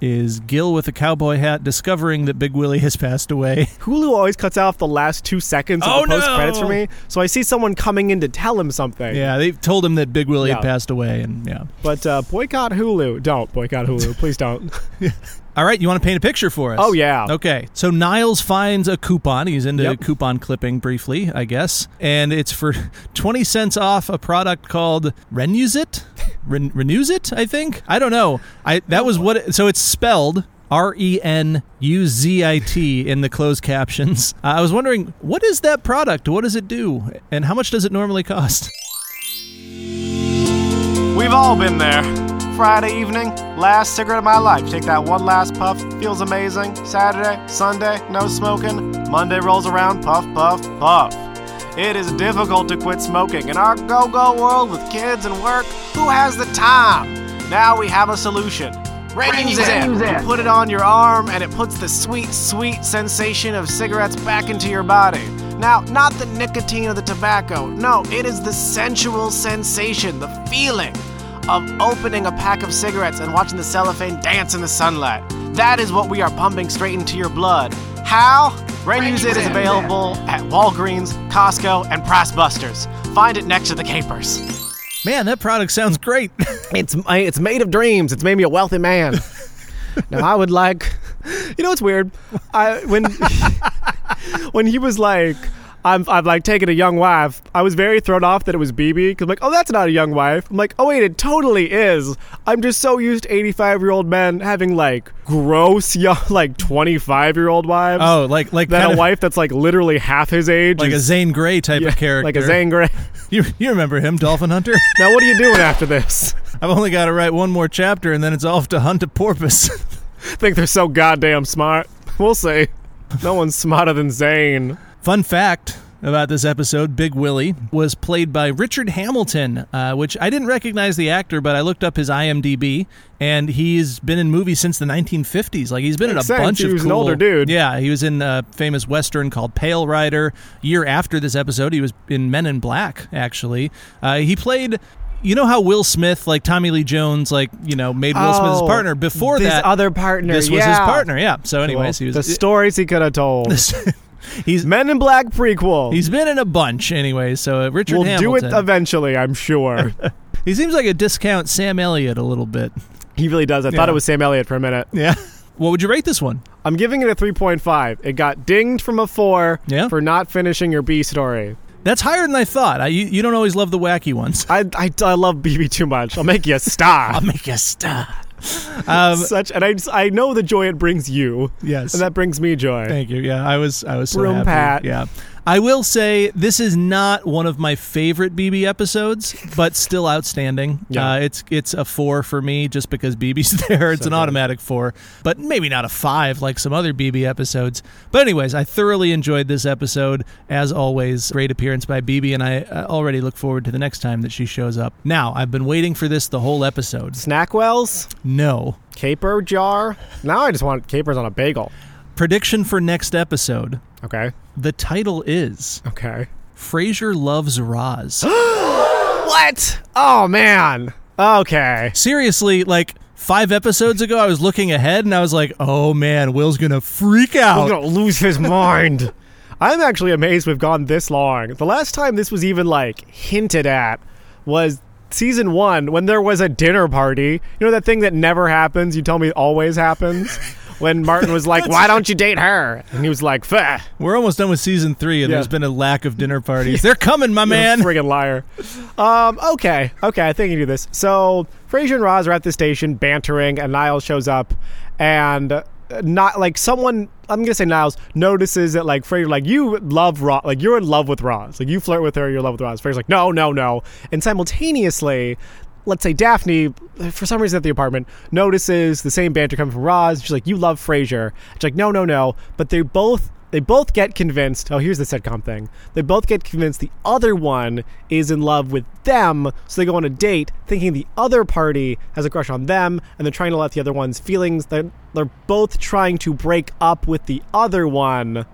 Speaker 1: is Gil with a cowboy hat discovering that Big Willie has passed away.
Speaker 2: hulu always cuts off the last two seconds of
Speaker 1: Oh,
Speaker 2: the post credits
Speaker 1: no.
Speaker 2: for me so i see someone coming in to tell him something
Speaker 1: yeah, they told him that Big Willie had
Speaker 2: Yeah.
Speaker 1: passed away, and yeah.
Speaker 2: but uh, boycott hulu don't boycott hulu please don't
Speaker 1: All right, you want to paint a picture for us?
Speaker 2: Oh, yeah.
Speaker 1: Okay. So Niles finds a coupon. He's into
Speaker 2: Yep.
Speaker 1: coupon clipping briefly, I guess, and it's for twenty cents off a product called Renewsit. Ren- Renewsit, I think. I don't know. I that was what. It, so it's spelled R E N U Z I T in the closed captions. Uh, I was wondering, what is that product? What does it do? And how much does it normally cost?
Speaker 2: We've all been there. Friday evening, last cigarette of my life. Take that one last puff, feels amazing. Saturday, Sunday, no smoking. Monday rolls around, puff, puff, puff. It is difficult to quit smoking in our go go world with kids and work. Who has the time? Now we have a solution. Reins in. You put it on your arm, and it puts the sweet, sweet sensation of cigarettes back into your body. Now, not the nicotine of the tobacco. No, it is the sensual sensation, the feeling of opening a pack of cigarettes and watching the cellophane dance in the sunlight. That is what we are pumping straight into your blood. How? Renews It is available at Walgreens, Costco, and Price Busters. Find it next to the capers.
Speaker 1: Man, that product sounds great.
Speaker 2: It's it's made of dreams. It's made me a wealthy man. now I would like, you know, it's weird. I when
Speaker 4: when he was like, I'm, I'm like taking a young wife, I was very thrown off that it was BB. Cause I'm like, oh, that's not a young wife. I'm like, oh, wait, it totally is. I'm just so used to 85 year old men having like gross, young, like 25 year old wives.
Speaker 1: Oh, like like
Speaker 4: That
Speaker 1: kind
Speaker 4: a
Speaker 1: of-
Speaker 4: wife that's like literally half his age.
Speaker 1: like a
Speaker 4: is-
Speaker 1: Zane Grey type
Speaker 4: yeah,
Speaker 1: of character.
Speaker 4: Like a Zane Grey.
Speaker 1: You, you remember him, Dolphin Hunter?
Speaker 4: now, what are you doing after this?
Speaker 1: I've only got to write one more chapter, and then it's off to hunt a porpoise.
Speaker 4: Think they're so goddamn smart. We'll see. No one's smarter than Zane.
Speaker 1: Fun fact about this episode Big Willie was played by Richard Hamilton, uh, which I didn't recognize the actor, but I looked up his IMDb, and he's been in movies since the 1950s. Like, he's been in a
Speaker 4: Makes sense.
Speaker 1: bunch
Speaker 4: He
Speaker 1: of
Speaker 4: was an
Speaker 1: cool-
Speaker 4: older dude.
Speaker 1: Yeah, he was in a famous Western called Pale Rider. Year after this episode, he was in Men in Black, actually. Uh, he played. You know how Will Smith, like Tommy Lee Jones, like you know, made Will Smith his
Speaker 4: Oh,
Speaker 1: partner. Before
Speaker 2: this
Speaker 1: that,
Speaker 2: other partner,
Speaker 1: this was his
Speaker 2: yeah.
Speaker 1: partner. Yeah. So, anyways, he was
Speaker 4: the stories he could have told.
Speaker 1: he's
Speaker 4: Men in Black prequel.
Speaker 1: He's been in a bunch anyway, so uh, Richard
Speaker 4: we'll
Speaker 1: Hamilton.
Speaker 4: do it eventually, I'm sure.
Speaker 1: he seems like a discount Sam Elliott a little bit.
Speaker 4: he really does. I thought it was Sam Elliott for a minute.
Speaker 1: Yeah. What would you rate this one?
Speaker 4: I'm giving it a 3.5. It got dinged from a 4
Speaker 1: Yeah.
Speaker 4: for not finishing your B story.
Speaker 1: That's higher than I thought. I, you, you don't always love the wacky ones.
Speaker 4: I, I, I love BB too much. I'll make you
Speaker 1: I'll
Speaker 4: stop.
Speaker 1: make you stop. Um,
Speaker 4: Such and I, just- I know the joy it brings you.
Speaker 1: Yes.
Speaker 4: and that brings me joy.
Speaker 1: Thank you. Yeah, I was I was so
Speaker 4: Room
Speaker 1: happy.
Speaker 4: pat.
Speaker 1: Yeah. I will say this is not one of my favorite BB episodes, but still outstanding.
Speaker 4: Yeah.
Speaker 1: Uh, it's it's a four for me just because BB's there. It's an automatic four, but maybe not a five like some other BB episodes. But anyways, I thoroughly enjoyed this episode as always. Great appearance by BB, and I uh, already look forward to the next time that she shows up. Now I've been waiting for this the whole episode.
Speaker 4: Snackwells,
Speaker 1: No
Speaker 4: caper jar. Now I just want capers on a bagel.
Speaker 1: prediction for next episode.
Speaker 4: Okay,
Speaker 1: The title is.
Speaker 4: okay.
Speaker 1: Frasier loves Roz.
Speaker 4: What? Oh man. Okay.
Speaker 1: Seriously, like five episodes ago, I was looking ahead and I was like, oh man, Will's gonna freak
Speaker 4: I'm
Speaker 1: out.
Speaker 4: gonna lose his mind. I'm actually amazed we've gone this long. The last time this was even like hinted at was season one when there was a dinner party. You know that thing that never happens. You tell me always happens. When Martin was like, "Why don't you date her?" and he was like, "Fuh,
Speaker 1: We're almost done with season three and
Speaker 4: Yeah.
Speaker 1: there's been a lack of dinner parties. They're coming, my man.
Speaker 4: friggin' liar." Um, okay, okay, I think you do this. So Frasier and Roz are at the station bantering, and Niles shows up, and uh, not like someone. I'm gonna say Niles notices that like Frasier, like you love Roz, like you're in love with Roz, like you flirt with her, you're in love with Roz. Frasier's like, no, no, no, and simultaneously. Let's say Daphne, for some reason at the apartment, notices the same banter coming from Roz. She's like, "You love Frasier." She's like, "No, no, no." But they both they both get convinced. Oh, here's the sitcom thing. They both get convinced the other one is in love with them, so they go on a date thinking the other party has a crush on them, and they're trying to let the other one's feelings. They're, they're both trying to break up with the other one,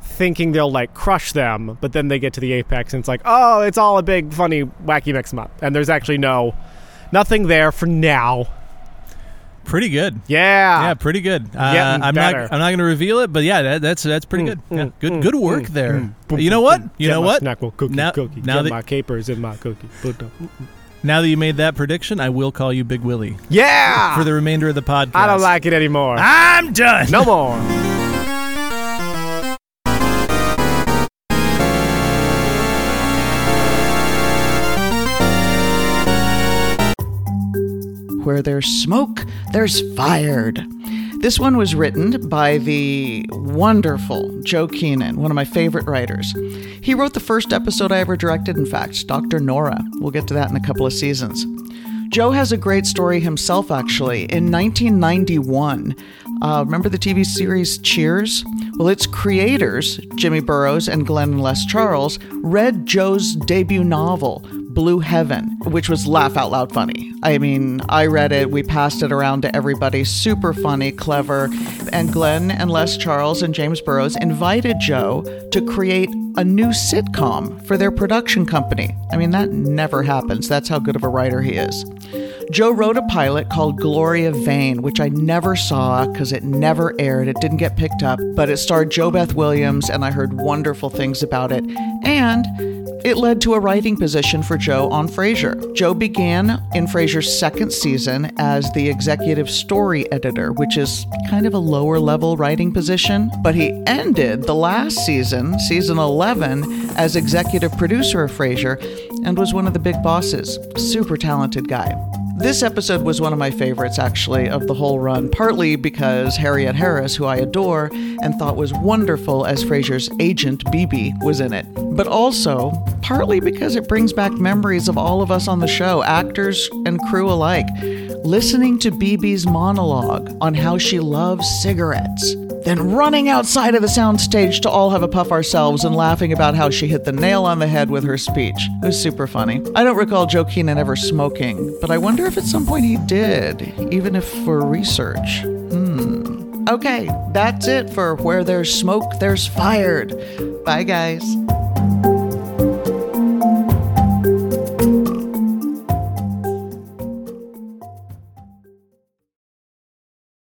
Speaker 4: thinking they'll like crush them, but then they get to the apex, and it's like, oh, it's all a big, funny, wacky mix 'em up. And there's actually no. Nothing there for now.
Speaker 1: Pretty good. Yeah,
Speaker 4: Yeah.
Speaker 1: pretty good. Uh,
Speaker 4: Ah, Getting
Speaker 1: I'm
Speaker 4: better. Hmm,
Speaker 1: not. I'm not going to reveal it, but yeah, that, that's that's pretty good. Yeah, good. Good work there.
Speaker 4: Boom,
Speaker 1: you know
Speaker 4: boom,
Speaker 1: what?
Speaker 4: boom.
Speaker 1: You
Speaker 4: hmm, Get
Speaker 1: know
Speaker 4: my
Speaker 1: what?
Speaker 4: Snackle cookie,
Speaker 1: Now-
Speaker 4: cookie.
Speaker 1: now
Speaker 4: Get
Speaker 1: that-
Speaker 4: my capers in my cookie. Put them-
Speaker 1: Now that you made that prediction, I will call you Big Willie
Speaker 4: Yeah.
Speaker 1: for the Ah. remainder of the podcast.
Speaker 4: Ah. I don't like it anymore.
Speaker 1: I'm done.
Speaker 4: No more.
Speaker 3: Where there's smoke, there's fired. This one was written by the wonderful Joe Keenan, one of my favorite writers. He wrote the first episode I ever directed, in fact, Dr. Nora. We'll get to that in a couple of seasons. Joe has a great story himself, actually. In 1991, uh, remember the TV series Cheers? Well, its creators, Jimmy Burrows and Glenn and Les Charles, read Joe's debut novel, Blue Heaven, which was laugh out loud funny. I mean, I read it, we passed it around to everybody, super funny, clever. And Glenn and Les Charles and James Burrows invited Joe to create a new sitcom for their production company. I mean, that never happens. That's how good of a writer he is. Joe wrote a pilot called Gloria Vane, which I never saw because it never aired. It didn't get picked up, but it starred Jo Beth Williams, and I heard wonderful things about it. And it led to a writing position for Joe on Frasier. Joe began in Frasier's second season as the executive story editor, which is kind of a lower level writing position, but he ended the last season, season 11, as executive producer of Frasier and was one of the big bosses. Super talented guy. This episode was one of my favorites, actually, of the whole run, partly because Harriet Harris, who I adore and thought was wonderful as Frasier's agent, BB, was in it, but also partly because it brings back memories of all of us on the show, actors and crew alike, listening to BB's monologue on how she loves cigarettes then running outside of the soundstage to all have a puff ourselves and laughing about how she hit the nail on the head with her speech. It was super funny. I don't recall Joe Keenan ever smoking, but I wonder if at some point he did, even if for research. Hmm. Okay, that's it for Where There's Smoke, There's Fired. Bye, guys.